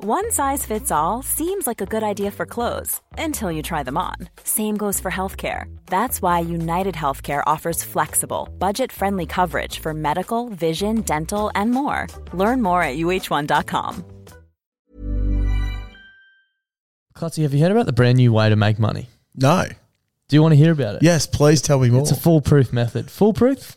One size fits all seems like a good idea for clothes until you try them on. Same goes for healthcare. That's why United Healthcare offers flexible, budget friendly coverage for medical, vision, dental, and more. Learn more at uh1.com. Clutzy, have you heard about the brand new way to make money? No. Do you want to hear about it? Yes, please tell me more. It's a foolproof method. Foolproof?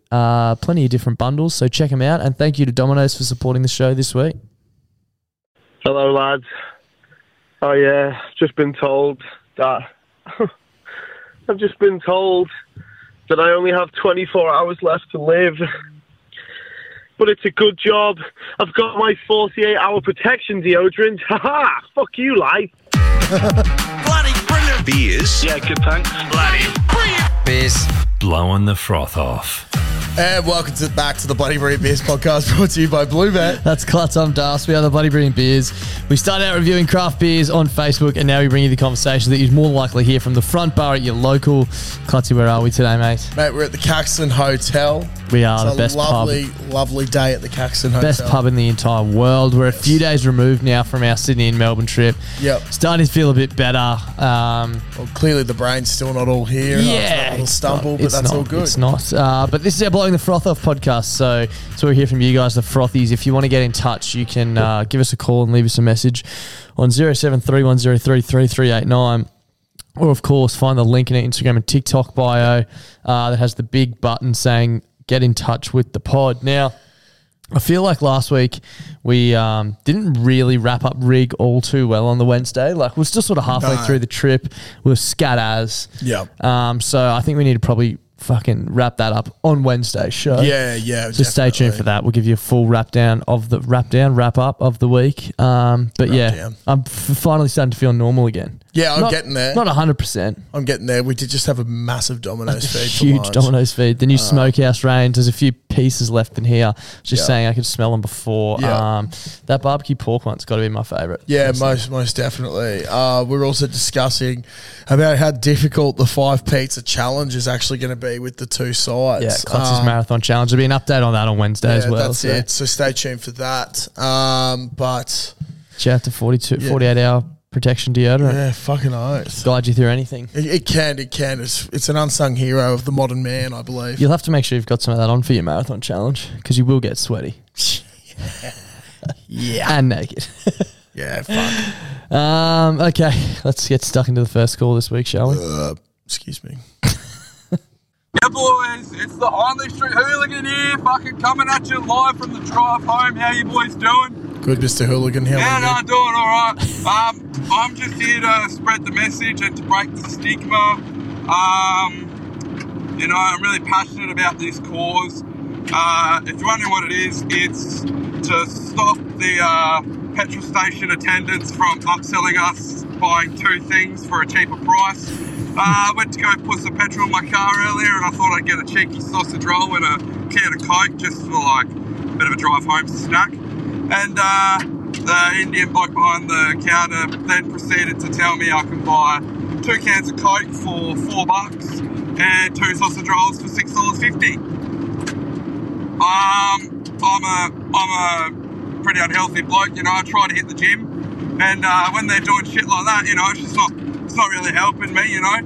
Uh, plenty of different bundles, so check them out. And thank you to Domino's for supporting the show this week. Hello, lads. I uh, just been told that I've just been told that I only have 24 hours left to live. But it's a good job. I've got my 48 hour protection deodorant. Ha ha! Fuck you, life. Bloody brilliant. Beers. Yeah, good thanks. Bloody brilliant. Beers. Blowing the froth off. And welcome to back to the Bloody Mary Beers podcast brought to you by Blue Bet. That's Klutz, I'm Das. We are the Bloody Brilliant Beers. We start out reviewing craft beers on Facebook, and now we bring you the conversation that you'd more likely hear from the front bar at your local. Klutzy, where are we today, mate? Mate, we're at the Caxton Hotel. We are It's the best pub. lovely, lovely day at the Caxton Hotel. Best pub in the entire world. We're a few days removed now from our Sydney and Melbourne trip. Yep. Starting to feel a bit better. Um, Well, clearly the brain's still not all here. and I've had yeah. a little it's stumble, not- but it's that's not- all good. It's not. Uh, but this is our Blowing the Froth Off podcast. So, so we hear from you guys, the frothies. If you want to get in touch, you can uh, give us a call and leave us a message on 0731033389. Or, of course, find the link in our Instagram and TikTok bio uh, that has the big button saying get in touch with the pod. Now, I feel like last week we um, didn't really wrap up rig all too well on the Wednesday. Like we're still sort of halfway No. through the trip. We are scat as. Yeah. Um, so I think we need to probably fucking wrap that up on Wednesday's show. Yeah, yeah. Just stay tuned for that. We'll give you a full wrap down of the wrap down, wrap up of the week. Um, but yeah, down. I'm f- finally starting to feel normal again. Yeah, I'm Not- getting there. Not 100%. I'm getting there. We did just have a massive Domino's feed. for Huge lunch. Domino's feed. Uh, The new smokehouse range. There's a few pieces left in here. I was just Yeah. saying I could smell them before. Yeah. Um, that barbecue pork one's got to be my favorite. Yeah, most most definitely. Uh, we we're also discussing about how difficult the five pizza challenge is actually going to be with the two sides. Yeah, Clutch's Um, marathon challenge. There'll be an update on that on Wednesday as well. That's so it. So stay tuned for that. Um, but Shout out to 42, 48 hour protection deodorant. yeah, fucking oath. Guide you through anything. It, it can, it can. It's it's an unsung hero of the modern man, I believe. You'll have to make sure you've got some of that on for your marathon challenge because you will get sweaty. yeah. And naked. Yeah, fuck. Um, okay, let's get stuck into the first call this week, shall we? Uh, Excuse me. Yeah, boys, it's the Only Street Hooligan here, fucking coming at you live from the drive home. How you boys doing? Good, Mr. Hooligan. How Yeah, are no, you? I'm doing all right. Um, I'm just here to spread the message and to break the stigma. Um, you know, I'm really passionate about this cause. Uh, if you're wondering what it is, it's to stop the uh, petrol station attendants from upselling us buying two things for a cheaper price. Uh, I went to go put some petrol in my car earlier and I thought I'd get a cheeky sausage roll and a can of Coke just for like a bit of a drive home snack. And uh, the Indian bloke behind the counter then proceeded to tell me I can buy two cans of Coke for four bucks and two sausage rolls for six dollars fifty. Um, I'm a I'm a pretty unhealthy bloke, you know. I try to hit the gym, and uh, when they're doing shit like that, you know, it's just not it's not really helping me, you know.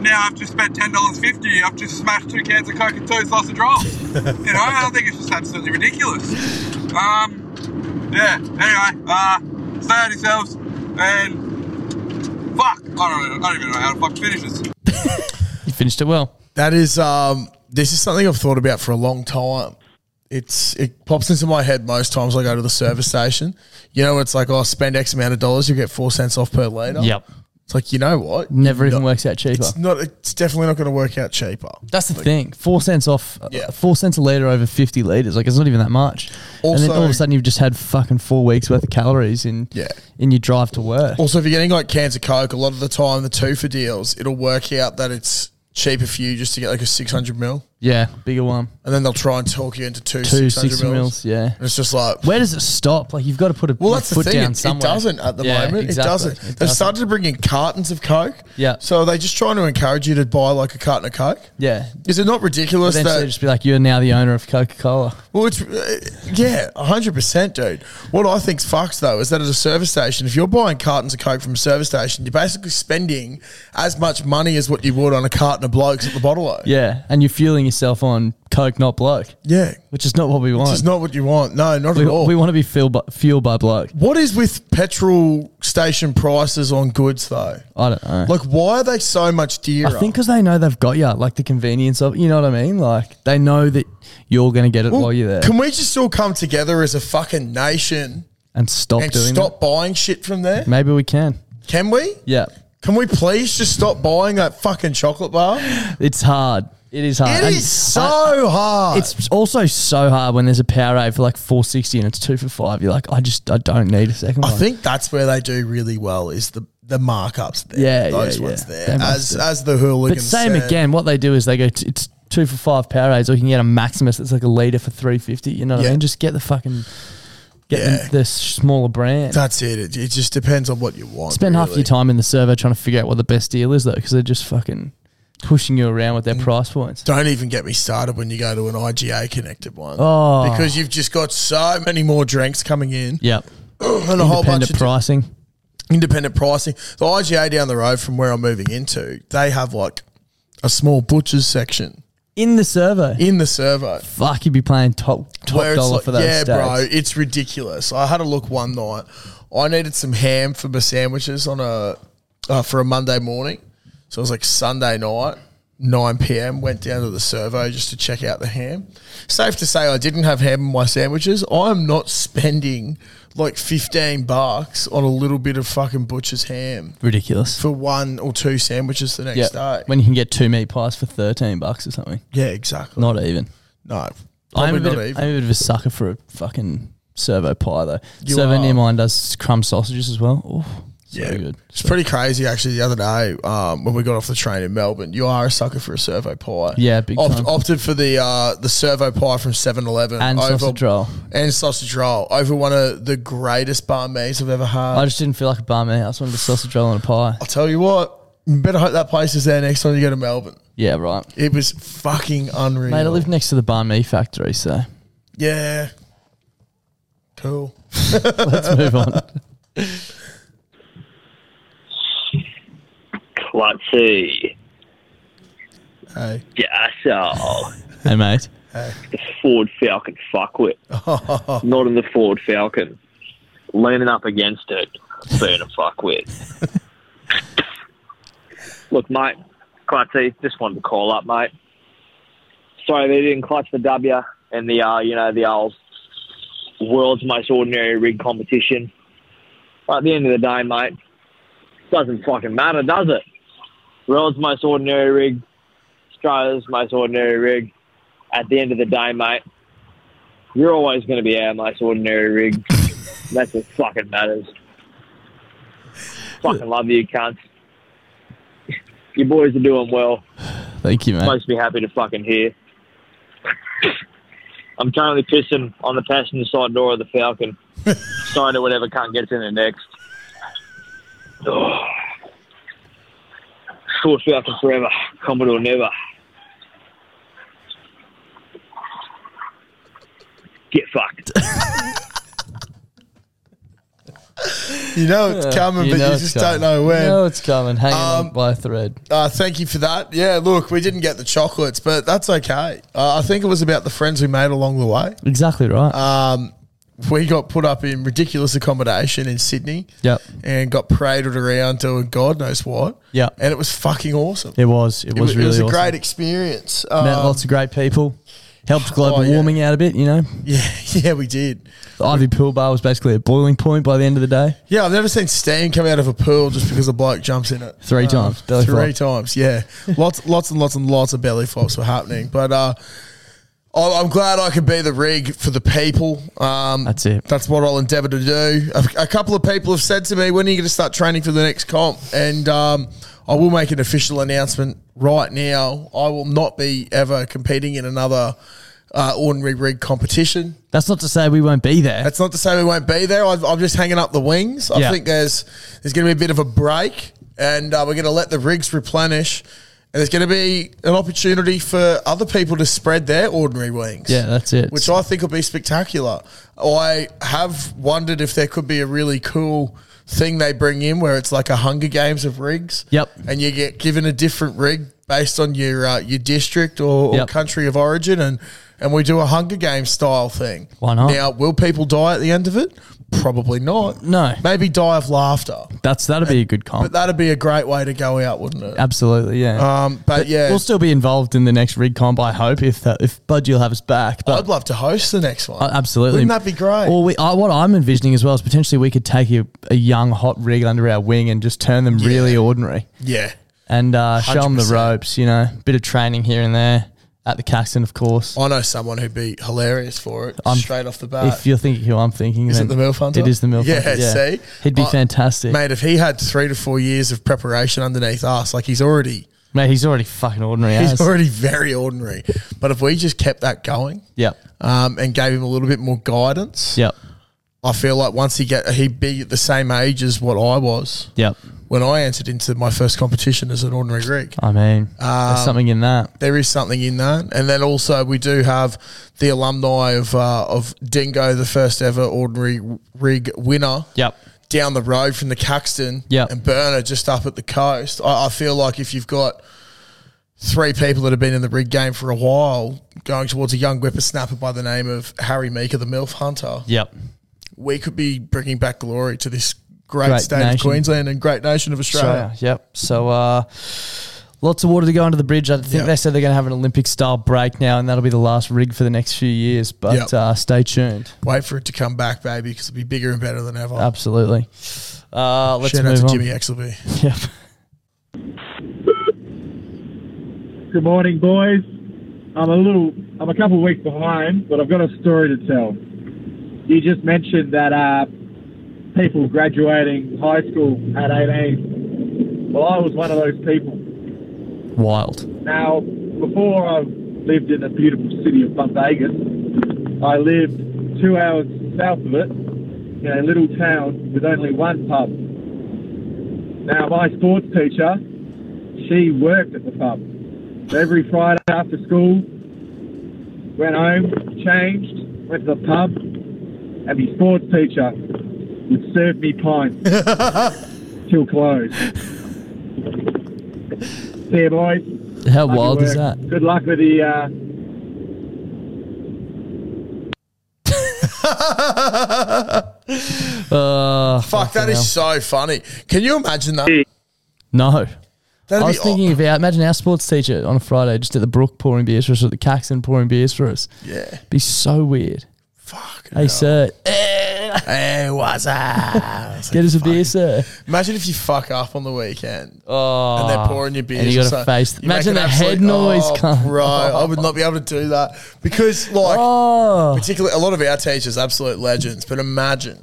Now I've just spent ten dollars fifty. I've just smashed two cans of Coke and two sausage rolls. you know, I think it's just absolutely ridiculous. Um, yeah. Anyway, uh, stay out yourselves, and fuck. I don't, know, I don't even know how to fuck finish this. You finished it well. That is, um, this is something I've thought about for a long time. It's it pops into my head most times I go to the service station. You know, it's like, oh, spend X amount of dollars, you get four cents off per liter. Yep. It's like you know what? Never even No, works out cheaper. It's not. It's definitely not going to work out cheaper. That's the thing. Four cents off. uh, Yeah. Four cents a liter over fifty liters. Like it's not even that much. and then Also- all of a sudden you've just had fucking four weeks worth of calories in Yeah. in your drive to work. Also, if you're getting like cans of Coke, a lot of the time the two for deals, it'll work out that it's cheaper for you just to get like a 600 mil, Yeah, bigger one. and then they'll try and talk you into two, Two 600 sixty mils. mils. Yeah. And it's just like, Where does it stop? Like you've got to put a well, your that's the foot thing. down It, it somewhere. doesn't at the Yeah, moment. exactly. It doesn't. They've started to bring in cartons of Coke. Yeah. So are they just trying to encourage you to buy like a carton of Coke? Yeah. Is it not ridiculous Eventually that it'll just be like you're now the owner of Coca Cola. Well, it's uh, yeah, hundred percent, dude. What I think's fucked though is that at a service station, if you're buying cartons of coke from a service station, you're basically spending as much money as what you would on a carton of blokes at the bottle. o. Yeah, and you're fueling yourself on Coke, not bloke, yeah, which is not what we want. this is not what you want. No, not we, at all. we want to be fueled by, fueled by bloke. what is with petrol station prices on goods though? I don't know. Like, why are they so much dearer? I think because they know they've got you, like the convenience of, you know what I mean? Like they know that you're going to get it Well, while you're there Can we just all come together as a fucking nation and stop and doing stop buying shit from there? that. Maybe we can. Can we? Yeah. Can we please just stop buying that fucking chocolate bar? It's hard. It is hard. It Uh, And is so I- hard. it's also so hard when there's a Powerade for like 460 and it's two for five. You're like, I just, I don't need a second I one. think that's where they do really well is the the markups there. Yeah, those yeah, ones yeah. there. They must As do. as the hooligan. But same said, again, what they do is they go, t- it's two for five Powerades or you can get a Maximus that's like a litre for 350. You know what Yeah. I mean? Just get the fucking, get Yeah. the, the smaller brand. That's it. it. It just depends on what you want. Spend half really. your time in the server trying to figure out what the best deal is, though, because they're just fucking pushing you around with their price points. Mm. Don't even get me started when you go to an IGA connected one. Oh. Because you've just got so many more drinks coming in Yep. and a whole bunch of Independent pricing. independent pricing. The IGA down the road from where I'm moving into, they have like a small butcher's section In the server. in the servo. Fuck, you'd be playing top, top Where it's dollar like, for those Yeah, steaks. bro, it's ridiculous. I had a look one night. I needed some ham for my sandwiches on a uh, for a Monday morning, so it was like Sunday night. 9 p.m. went down to the servo just to check out the ham. Safe to say, I didn't have ham in my sandwiches. I'm not spending like 15 bucks on a little bit of fucking butcher's ham Ridiculous. for one or two sandwiches the next Yeah. day. When you can get two meat pies for 13 bucks or something. yeah, exactly. Not even. no, I'm probably a, bit not of, even. I'm a bit of a sucker for a fucking servo pie, though. You servo are. near mine does crumb sausages as well. Oh, so Yeah, good. it's pretty crazy actually. The other day, um, when we got off the train in Melbourne, you are a sucker for a servo pie. Yeah, big Opt- time. Opted for the uh, the servo pie from 7-Eleven And sausage roll. and sausage roll over one of the greatest bar meats I've ever had. I I just didn't feel like a bum out. I just wanted a sausage roll and a pie. will tell you what, you better hope that place is there next time you go to Melbourne. Yeah, right. It was fucking unreal. Mate, I live next to the Barn Me factory, so yeah, cool. let's move on. Clutchy. Hey, Gasol. Hey, mate. The Ford Falcon fuckwit. Not in the Ford Falcon. Leaning up against it, being a fuckwit. Look, mate, Clutchy, just wanted to call up, mate. Sorry they didn't clutch the W and the, uh, you know, the old world's most ordinary rig competition. But at the end of the day, mate, doesn't fucking matter, does it? World's most ordinary rig, Australia's most ordinary rig. At the end of the day, mate, you're always going to be our most ordinary rig. That's what fucking matters. Fucking love you, cunts. Your boys are doing well. Thank you, mate. Makes me happy to fucking hear. I'm currently pissing on the passenger side door of the Falcon. Sorry to whatever cunt gets in there next. Oh. Short Falcon forever. Commodore never. Get fucked. You know it's coming, You but know you it's just coming. don't know when. You know it's coming. Hanging on Um, by a thread. Uh, thank you for that. Yeah, look, we didn't get the chocolates, but that's okay. Uh, I think it was about the friends we made along the way. Exactly right. Um, we got put up in ridiculous accommodation in Sydney. Yep. And got paraded around doing God knows what. Yep. And it was fucking awesome. it was. It was wa- really it was a awesome. great experience. Met Um, lots of great people. Helped global Oh, yeah. warming out a bit, you know. yeah, yeah, we did. The Ivy Pool Bar was basically a boiling point by the end of the day. Yeah, I've never seen steam come out of a pool just because a bloke jumps in it. Uh, Three times, belly three flop. times, yeah. Lots, lots and lots and lots of belly flops were happening. But uh, I- I'm glad I could be the rig for the people. Um, That's it. That's what I'll endeavour to do. A, a couple of people have said to me, "When are you going to start training for the next comp?" And um, I will make an official announcement right now. I will not be ever competing in another uh, ordinary rig competition. That's not to say we won't be there. That's not to say we won't be there. I've, I'm just hanging up the wings. I Yeah. think there's there's going to be a bit of a break, and uh, we're going to let the rigs replenish, and there's going to be an opportunity for other people to spread their ordinary wings. yeah, that's it. Which I think will be spectacular. I have wondered if there could be a really cool thing they bring in where it's like a Hunger Games of rigs. Yep. And you get given a different rig based on your uh, your district or, or Yep. country of origin, and and we do a Hunger Games style thing. Why not? Now, will people die at the end of it? Probably not. No. Maybe die of laughter. that's that'll be a good comp. But that'd be a great way to go out, wouldn't it? Absolutely, yeah. Um, but, yeah, we'll still be involved in the next rig comp. I hope if that, if Budgie will have us back. But I'd love to host the next one. Uh, Absolutely. Wouldn't that be great? Or we, I, what I'm envisioning as well is potentially we could take a, a young, hot rig under our wing and just turn them really ordinary yeah. and uh, show them the 100%. ropes, you know, bit of training here and there at the Caxton, of course. I know someone who'd be hilarious for it I'm- straight off the bat. if you're thinking who I'm thinking, Is it then the MILF Hunter? It is the MILF Yeah, Hunter, see? He'd be I- fantastic. Mate. Mate, if he had three to four years of preparation underneath us, like he's already he's already fucking ordinary he's as. already very ordinary. But if we just kept that going Yep. um, and gave him a little bit more guidance, Yep. I feel like once he get he'd be at the same age as what I was Yep. when I entered into my first competition as an ordinary Greek. I mean, Um, there's something in that. there is something in that. And then also we do have the alumni of uh, of Dingo, the first ever ordinary rig winner. Yep. Down the road from the Caxton Yep. and Burner, just up at the coast. I, I feel like if you've got three people that have been in the rig game for a while, going towards a young whippersnapper by the name of Harry Meeker, the MILF Hunter, Yep. we could be bringing back glory to this great, Great state nation. of Queensland and great nation of Australia. Australia, Yep. So uh, lots of water to go under the bridge. I think Yep. they said they're going to have an Olympic style break now, and that'll be the last rig for the next few years. But Yep. uh, stay tuned. Wait for it to come back, baby, because it'll be bigger and better than ever. Absolutely. Uh, let's Shout out move to on. Jimmy Axelby. Yep. Good morning, boys. I'm a little, I'm a couple of weeks behind, but I've got a story to tell. You just mentioned that uh, people graduating high school at 18. Well, I was one of those people. Wild. Now, before I lived in the beautiful city of Las Vegas, I lived two hours south of it in a little town with only one pub. Now, my sports teacher, she worked at the pub. So every Friday after school, went home, changed, went to the pub, and the sports teacher would serve me pints till close. See you, boys. How Love your wild is work. that? Good luck with the. Uh, Uh, Uh, Fuck, that is so funny. Can you imagine that? no. That'd I was be aw- thinking of our, imagine our sports teacher on a Friday just at the Brook pouring beers for us, or at the Caxton pouring beers for us. Yeah. Be so weird. Fuck. Hey, sir, Hey, what's up? get us a beer, sir. Imagine if you fuck up on the weekend Oh, and they're pouring your beers. And you or got to something. face. You make imagine an the head absolute- noise. oh, come. Bro, I would not be able to do that because, like, Oh, particularly a lot of our teachers, absolute legends. But imagine,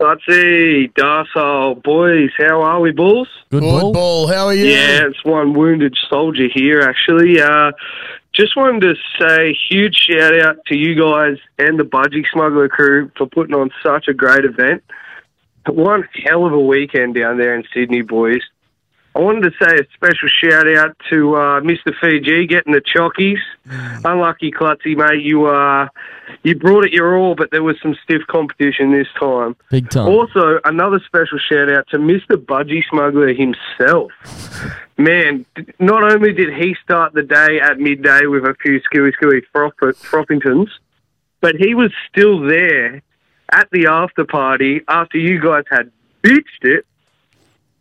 Archie, Darsal, boys, how are we, Bulls? Good, Good ball. ball. How are you? Yeah, it's one wounded soldier here, actually. Uh, just wanted to say huge shout out to you guys and the Budgie Smuggler crew for putting on such a great event. One hell of a weekend down there in Sydney, boys. I wanted to say a special shout out to uh, Mr. Fiji getting the chockies. Unlucky Klutzy, mate. You uh, you brought it your all, but there was some stiff competition this time. Big time. Also, another special shout out to Mr. Budgie Smuggler himself. Man, d- not only did he start the day at midday with a few skewy skewy frop- froppingtons, but he was still there at the after party after you guys had bitched it.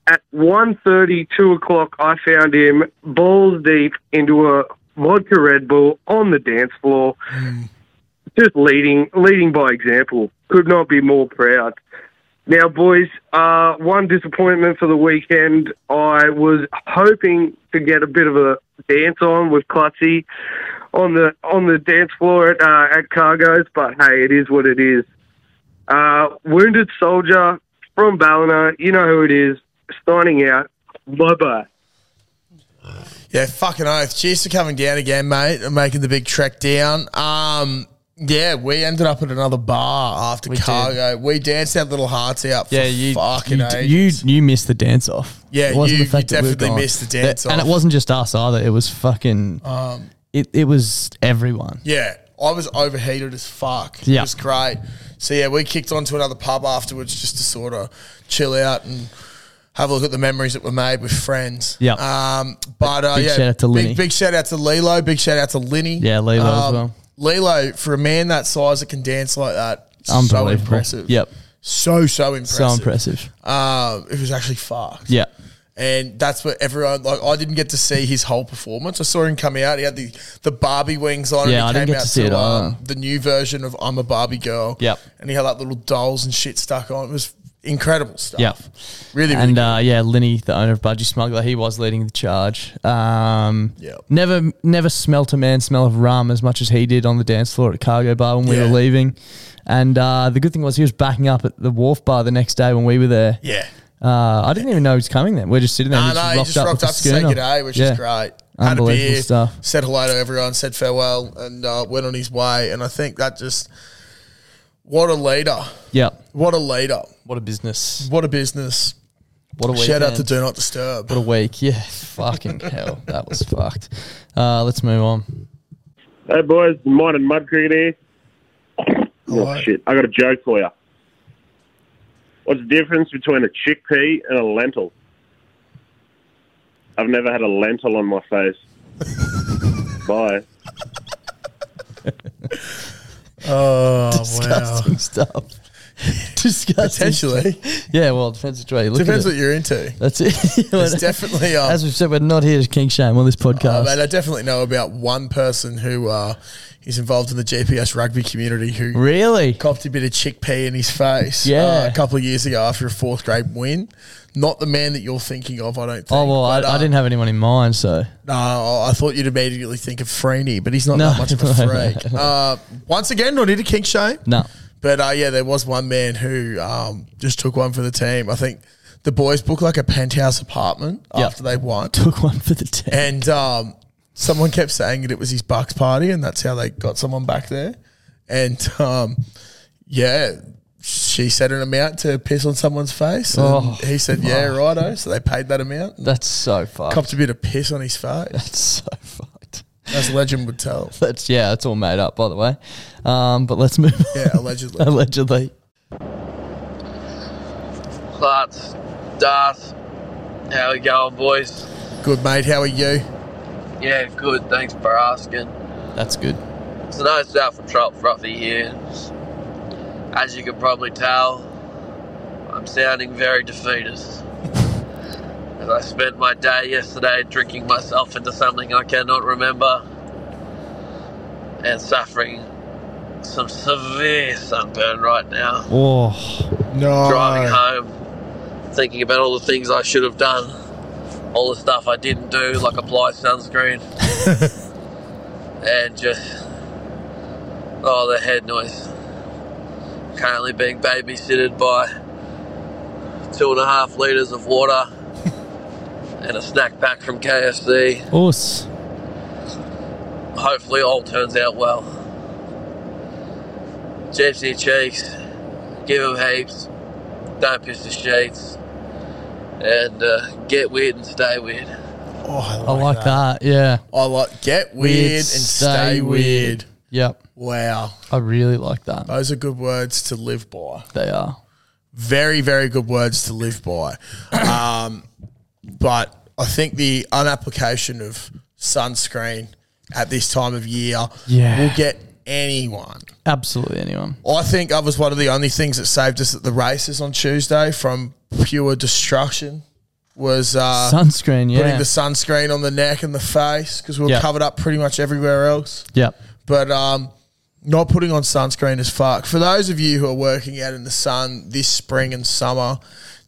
At 1.30, 2 o'clock, I found him balls deep into a vodka Red Bull on the dance floor just leading leading by example. Could not be more proud. Now, boys, uh, one disappointment for the weekend. I was hoping to get a bit of a dance on with Clutzy on the on the dance floor at uh, at Cargos, but hey, it is what it is. Uh, wounded soldier from Ballina, you know who it is. Signing out. Bye bye. Yeah, fucking oath. Cheers for coming down again, mate, and making the big trek down. Um, yeah, we ended up at another bar after cargo. We danced our little hearts out for Yeah, you fucking you, ages. you you missed the dance off. Yeah, you- you that we were definitely gone. missed the dance and off. it wasn't just us either. It was fucking. Um, it it was everyone. Yeah, I was overheated as fuck. It Yeah. was great. So yeah, we kicked on to another pub afterwards just to sort of chill out and have a look at the memories that were made with friends. Yeah. Um, but uh, Big yeah, shout out to Linny. Big, big shout out to Lilo. Big shout out to Linny. Um, Yeah, Lilo as well. Lilo for a man that size that can dance like that, so Unbelievable. impressive. Yep. So so impressive. So impressive. Um, it was actually fucked. Yeah. And that's what everyone like. I didn't get to see his whole performance. I saw him come out. He had the, the Barbie wings on. Yeah, I and he didn't get came out uh, to see it either. the new version of "I'm a Barbie Girl." Yep. And he had like little dolls and shit stuck on. It was incredible stuff. Yeah. Really, really and uh, yeah, Linny, the owner of Budgie Smuggler, he was leading the charge. Um, Never, never smelt a man smell of rum as much as he did on the dance floor at Cargo Bar when we Yeah. were leaving. And uh, the good thing was he was backing up at the Wharf Bar the next day when we were there. Yeah. Uh, I didn't even know he was coming then. We're just sitting there. No, and no, he he just just rocked with up the to say schooner. g'day, which Yeah. is great. Had a Unbelievable beer, stuff. said hello to everyone, said farewell, and uh, went on his way. And I think that just what a leader. Yeah. What a leader. What a business. What a business. What a Shout out to weekend. Do Not Disturb. What a week. Yeah. Fucking hell. That was fucked. Uh, let's move on. Hey boys, mine and mud cricket here. Oh shit! I got a joke for you. What's the difference between a chickpea and a lentil? I've never had a lentil on my face. Bye. Oh, Disgusting stuff. Disgusting. Potentially. Yeah, well, it depends which way you look Depends at what it. you're into. That's it. There's definitely um, As we've said, we're not here to king shame on this Uh, podcast. mate, I definitely know about one person who uh, is involved in the GPS rugby community who really copped a bit of chickpea in his face uh, Yeah. a couple of years ago after a fourth grade win. Not the man that you're thinking of, I don't think. oh, well, I, I didn't have anyone in mind, so. No, I thought you'd immediately think of Freeney, but he's not No. that much of a freak. No. Uh, once again, not into kink shame. No. But uh, yeah, there was one man who um, just took one for the team. I think the boys booked like a penthouse apartment Yeah. after they won. Took one for the team. And um, someone kept saying that it was his Bucks party, and that's how they got someone back there. And um, yeah, she said an amount to piss on someone's face. And Oh, he said, yeah, fuck. righto. So they paid that amount. and That's so fucked. Copped a bit of piss on his face. That's so fucked. As legend would tell. That's, yeah, it's all made up, by the way. Um, but let's move Yeah, on. allegedly. allegedly. Klutz, Darth, how we going, boys? Good, mate. How are you? Yeah, good. Thanks for asking. That's good. So, no doubt from Trot Frothy here. As you can probably tell, I'm sounding very defeated. As I spent my day yesterday drinking myself into something I cannot remember and suffering some severe sunburn right now. Oh. No. driving home, thinking about all the things I should have done, all the stuff I didn't do, like apply sunscreen, and just oh, the head noise. Currently being babysitted by two and a half liters of water and a snack pack from KFC. Us. Hopefully, all turns out well. Gypsy cheeks, give them heaps. Don't piss the sheets. and uh, get weird and stay weird. Oh, I like that. Yeah. I like get weird, and stay weird. Yep. Wow. I really like that. Those are good words to live by. They are. Very, very good words to live by. Um, but I think the unapplication of sunscreen at this time of year Yeah. will get anyone. Absolutely anyone. I think I was one of the only things that saved us at the races on Tuesday from pure destruction was uh, Sunscreen, yeah. putting the sunscreen on the neck and the face because we were Yeah. covered up pretty much everywhere else. Yep. But um, not putting on sunscreen is fuck. For those of you who are working out in the sun this spring and summer,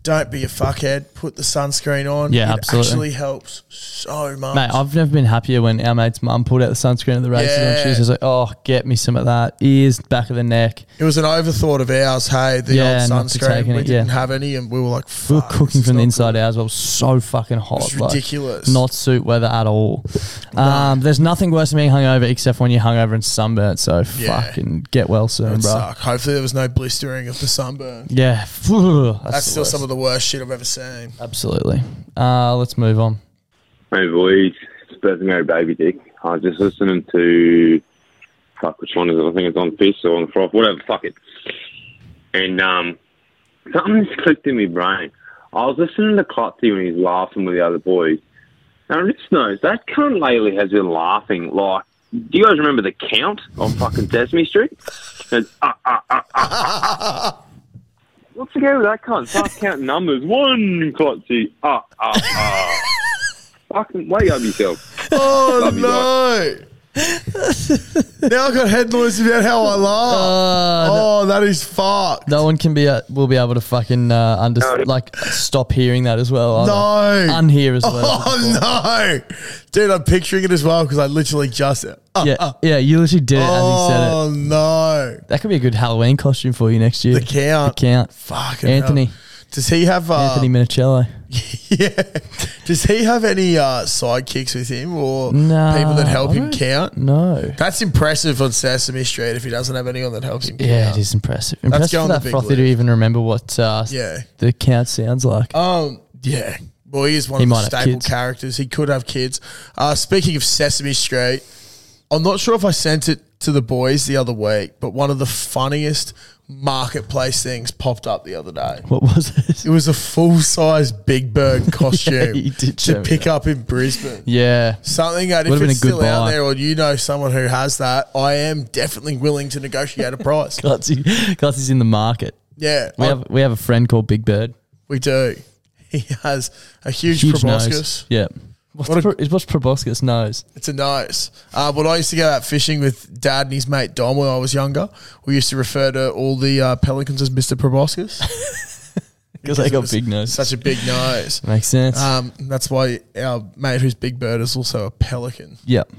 don't be a fuckhead. Put the sunscreen on. Yeah, it absolutely. actually helps so much. Mate, I've never been happier when our mate's mum pulled out the sunscreen at the races Yeah. on Tuesday. I was like, oh, get me some of that. Ears, back of the neck. it was an overthought of ours. Hey, the Yeah, old not to sunscreen. take We it, yeah. didn't have any, and we were like, We were cooking from the inside out as well. So fucking hot. It's like, ridiculous. not suit weather at all. Um, There's nothing worse than being hungover except when you're hungover and sunburnt. So Yeah. fucking get well That soon, would bro. suck. Hopefully, there was no blistering of the sunburn. Yeah. That's, That's the still worst. some of the worst shit I've ever seen. Absolutely. Uh, let's move on. Hey boys, it's Beth Mary Baby Dick. I was just listening to fuck which one is it? I think it's on Fist or on Froth, whatever, fuck it. And um something just clicked in my brain. I was listening to Clotty when he's laughing with the other boys. And I just noticed that cunt lately has been laughing like do you guys remember the count on fucking Sesame Street? And, uh, uh, uh, uh. What's the go with that cunt? Start counting numbers. One, Clotty. Ah, ah, ah. Fucking way up yourself. Oh Love you, no! now I got head noise about how I laugh. oh, that is fucked. No one can be uh, will be able to fucking uh, under- like stop hearing that as well. either. No, unhear as well. Mm. Oh no, dude, I'm picturing it as well because I literally just. Uh, yeah, yeah, you literally did it oh as he said it. no, That could be a good Halloween costume for you next year. The count, the count. Fucking Anthony. hell. Does he have uh, Anthony Minicello. Does he have any uh, sidekicks with him or Nah, people that help I him don't- count? No. That's impressive on Sesame Street if he doesn't have anyone that helps him. Yeah, count. it is impressive. That's Impressive for going the that big frothy to league. even remember what uh, Yeah. the count sounds like. Um, yeah. Well, he is one He of the might have staple kids. characters. He could have kids. Uh, speaking of Sesame Street, I'm not sure if I sent it to the boys the other week, but one of the funniest marketplace things popped up the other day. What was it? It was a full size Big Bird costume you did show to me pick up in Brisbane. Yeah. Something that Would've if been a it's good still out buy. there or you know someone who has that, I am definitely willing to negotiate a price. Gutsy, Gutsy's in the market. Yeah. We I- have we have a friend called Big Bird. We do. He has a huge, Huge proboscis. nose. Yeah. What's, pro, is what's proboscis nose? It's a nose. Uh, when I used to go out fishing with Dad and his mate Dom when I was younger, we used to refer to all the uh, pelicans as Mr. Proboscis. Because they it got was big nose. Such a big nose. Makes sense. Um, that's why our mate who's Big Bird is also a pelican. Yep.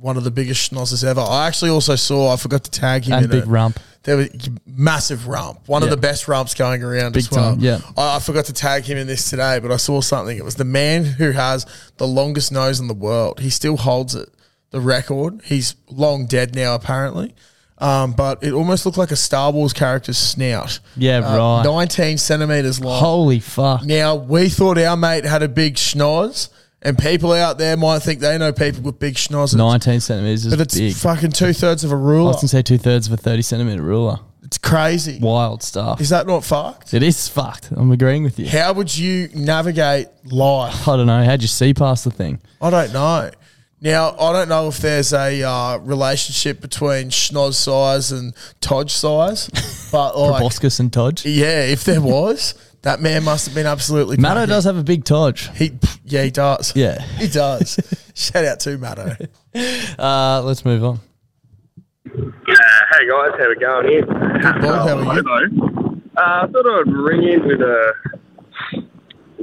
One of the biggest schnozzers ever. I actually also saw, I forgot to tag him And in big it. rump. There was massive rump. One of Yeah. the best rumps going around Big as well. time, yeah. I, I forgot to tag him in this today, but I saw something. It was the man who has the longest nose in the world. He still holds it, the record. He's long dead now, apparently. Um, but it almost looked like a Star Wars character's snout. Yeah, right. 19 centimeters long. Holy fuck. Now, we thought our mate had a big schnoz, and people out there might think they know people with big schnozzes. 19 centimetres is But it's big. fucking two thirds of a I ruler. often say two thirds of a 30 centimetre ruler. It's crazy. Wild stuff. Is that not fucked? It is fucked. I'm agreeing with you. How would you navigate life? I don't know. How'd you see past the thing? I don't know. Now, I don't know if there's a uh, relationship between schnoz size and Todge size, but like, Proboscis and Todge. yeah, if there was, that man must have been absolutely. Matto packing. does have a big Todge. He, yeah, he does. Yeah. He does. Shout out to Matto. Uh, let's move on. Yeah, hey guys, how we going here? Hello. Uh, I thought I would ring in with a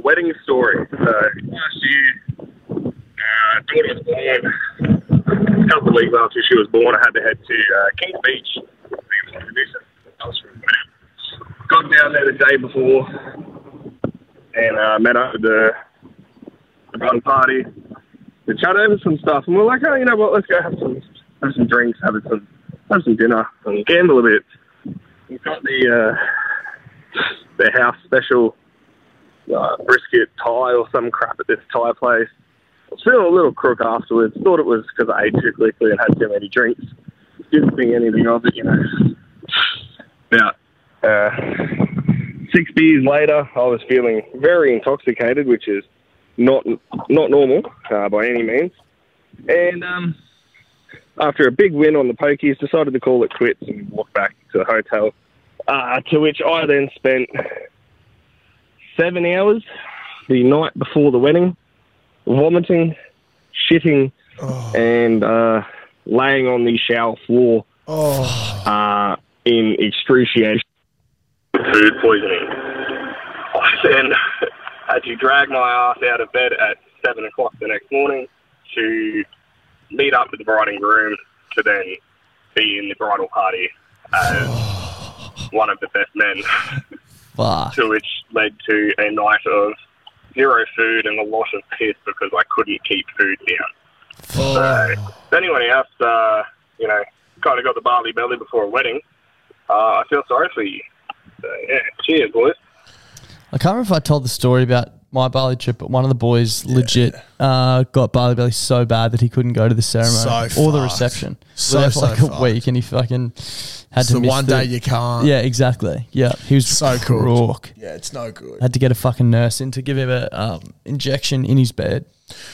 wedding story. So last year, uh, daughter was born. A couple of weeks after she was born, I had to head to uh, Kings Beach. I think it was Newsom. I was from Manette. Got down there the day before and uh, met up with the, the run party. We chat over some stuff, and we're like, oh, you know what? Let's go have some have some drinks, have some have some dinner, and gamble a bit. We've got the uh, the house special uh, brisket Thai or some crap at this Thai place. I was feeling a little crook afterwards. Thought it was because I ate too quickly and had too many drinks. Didn't think anything of it, you know. About uh, six beers later, I was feeling very intoxicated, which is not not normal uh, by any means. And um, after a big win on the pokies, decided to call it quits and walk back to the hotel. Uh, to which I then spent seven hours the night before the wedding, vomiting, shitting, and uh, laying on the shower floor uh, in excruciation. Food poisoning. I then had to drag my ass out of bed at seven o'clock the next morning to meet up with the bride and groom to then be in the bridal party as one of the best men. Fuck. To which led to a night of zero food and a lot of piss because I couldn't keep food down. So anyone else, uh, you know, kind of got the barley belly before a wedding. Uh, I feel sorry for you. So, yeah, cheers, boys. I can't remember if I told the story about my barley trip, but one of the boys legit uh, got barley belly so bad that he couldn't go to the ceremony So or the fucked. reception. So, there for so like a fucked. week, and he fucking had It's to the miss one day you can't. Yeah, exactly. Yeah, he was so crook. Yeah, it's no good. Had to get a fucking nurse in to give him a um, injection in his bed.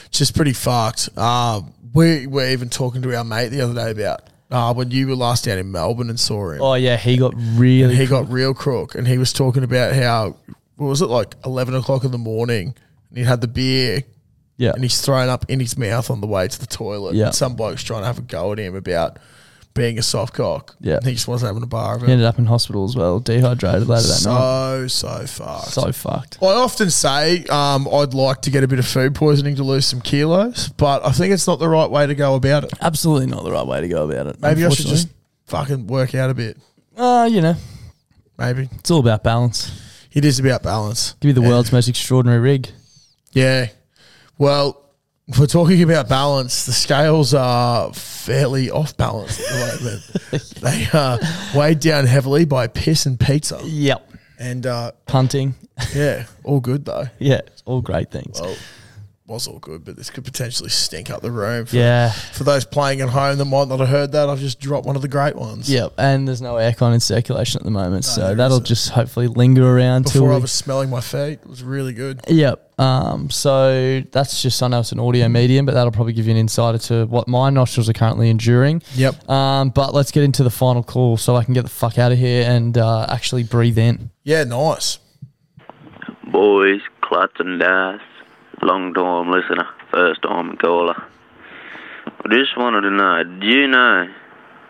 Just pretty fucked. Um, we were even talking to our mate the other day about uh, when you were last down in Melbourne and saw him. Oh yeah, he got really. he got real crook, and he was talking about how what was it like eleven o'clock in the morning, and he had the beer, yeah, and he's thrown up in his mouth on the way to the toilet. Yeah. and some bloke's trying to have a go at him about being a soft cock. Yeah. and he just wasn't having a bar of it. He ended up in hospital as well, dehydrated later that night. so so fucked. So fucked. I often say um, I'd like to get a bit of food poisoning to lose some kilos, but I think it's not the right way to go about it. Absolutely not the right way to go about it. Maybe I should just unfortunately. fucking work out a bit. Uh, you know, maybe it's all about balance. It is about balance. Give me the Yeah. world's most extraordinary rig. Yeah. Well, if we're talking about balance, the scales are fairly off balance at the moment. they are weighed down heavily by piss and pizza. Yep. And uh, punting. Yeah, all good though. Yeah, it's all great things. Well, was all good, but this could potentially stink up the room. For, Yeah. For those playing at home that might not have heard that, I've just dropped one of the great ones. Yep, and there's no aircon in circulation at the moment, so that'll just hopefully linger around till Before I we- was smelling my feet, it was really good. Yep. Um, so that's just I know it's an audio medium, but that'll probably give you an insight into what my nostrils are currently enduring. Yep. Um, but let's get into the final call so I can get the fuck out of here and uh, actually breathe in. Yeah, nice. Boys, clutch and dice, long time listener, first time caller. I just wanted to know do you know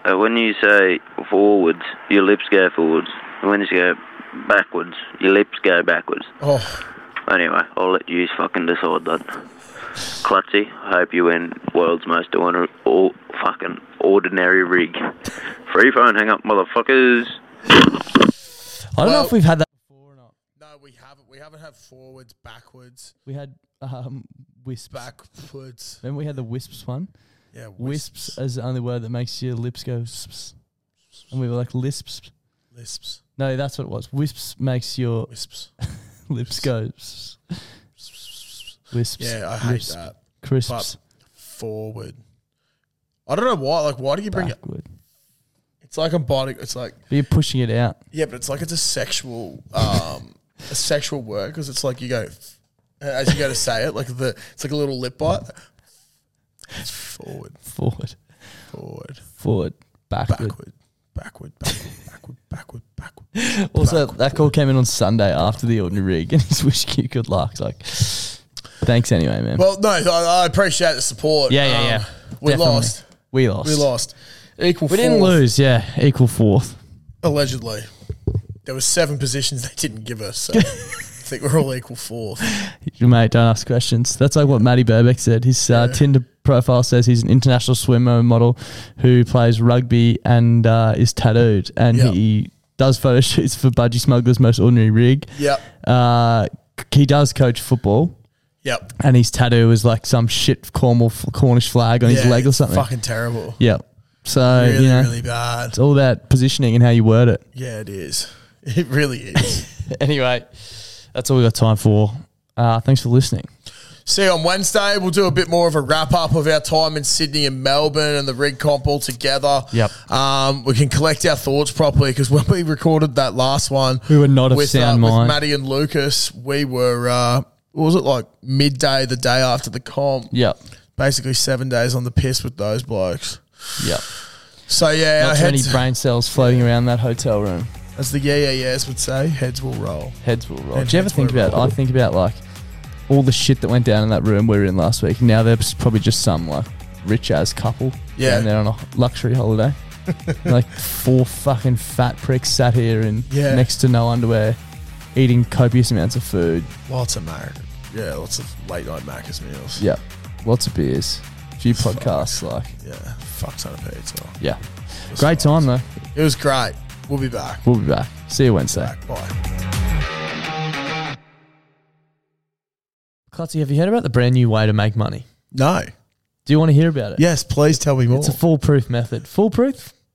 that when you say forwards, your lips go forwards? and When you go backwards, your lips go backwards? Oh, Anyway, I'll let you fucking decide that. Clutzy, hope you win world's most ordinar- or fucking ordinary rig. Free phone, hang up, motherfuckers. I don't know if we've had that. forwards, backwards. We had um, wisps. Backwards. Remember we had the wisps one? Yeah, wisps. is the only word that makes your lips go. sps. And we were like lisps. Lisps. No, that's what it was. Wisps makes your wisps lips go. sps. Wisps. Yeah, I hate lisp, that. Crisps. But forward. I don't know why. Like, why do you bring it? It's like a body. It's like But you're pushing it out. yeah, but it's like it's a sexual, um, a sexual word because it's like you go as you go to say it, like the it's like a little lip bite. It's forward, Forward. forward, Forward. Backward. backward, backward, backward, backward, backward, backward. Also, that call came in on Sunday after the ordinary rig, and he's wishing you good luck. It's Like, thanks anyway, man. Well, no, I, I appreciate the support. yeah, yeah, yeah. Um, we Definitely. lost. We lost. We lost. Equal. We didn't fourth. lose. Yeah, equal fourth. Allegedly. There were seven positions they didn't give us. So I think we're all equal fourth. Mate, don't ask questions. That's like what Matty Burbeck said. His uh, Tinder profile says he's an international swimmer model who plays rugby and uh, is tattooed, and Yeah. he does photo shoots for Budgie Smuggler's Most Ordinary Rig. Yeah. Uh, c- he does coach football. Yep. And his tattoo is like some shit Cornwall Cornish flag on his Yeah, leg or it's something. Uh, Fucking terrible. Yep. So Really, you know, really bad. It's all about positioning and how you word it. Yeah, it is. It really is. anyway, That's all we got time for. Uh, thanks for listening. See you on Wednesday. We'll do a bit more of a wrap up of our time in Sydney and Melbourne and the rig comp all together. Yep. Um, we can collect our thoughts properly because when we recorded that last one, We were not of with, uh, sound with mind. Maddie and Lucas, we were uh, what was it like midday the day after the comp? Yep. Basically seven days on the piss with those blokes. Yep. So yeah, Not our too many heads- brain cells floating around that hotel room. as the yeah yeah yeahs would say, heads will roll. Heads will roll. And Do you ever heads will think about? roll. I think about like all the shit that went down in that room we were in last week. Now there's probably just some like rich ass couple Yeah. down there on a luxury holiday. like four fucking fat pricks sat here in Yeah. next to no underwear, eating copious amounts of food. Lots of American. Yeah, lots of late night Macca's meals. Yeah, lots of beers, few podcasts. Like Yeah, fuck ton of pizza. yeah, great time though. It was great. We'll be back. We'll be back. See you Wednesday. Bye. Clutzy, have you heard about the brand new way to make money? No. Do you want to hear about it? Yes, please tell me more. It's a foolproof method. Foolproof?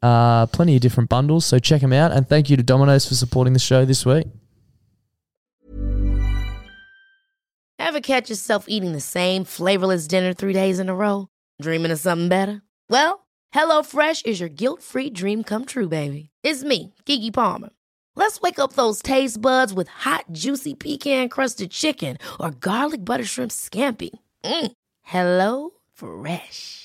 Uh, plenty of different bundles, so check them out. And thank you to Domino's for supporting the show this week. Ever catch yourself eating the same flavorless dinner three days in a row? Dreaming of something better? Well, HelloFresh is your guilt free dream come true, baby. It's me, Gigi Palmer. Let's wake up those taste buds with hot, juicy pecan crusted chicken or garlic butter shrimp scampi. Mm. Hello Fresh.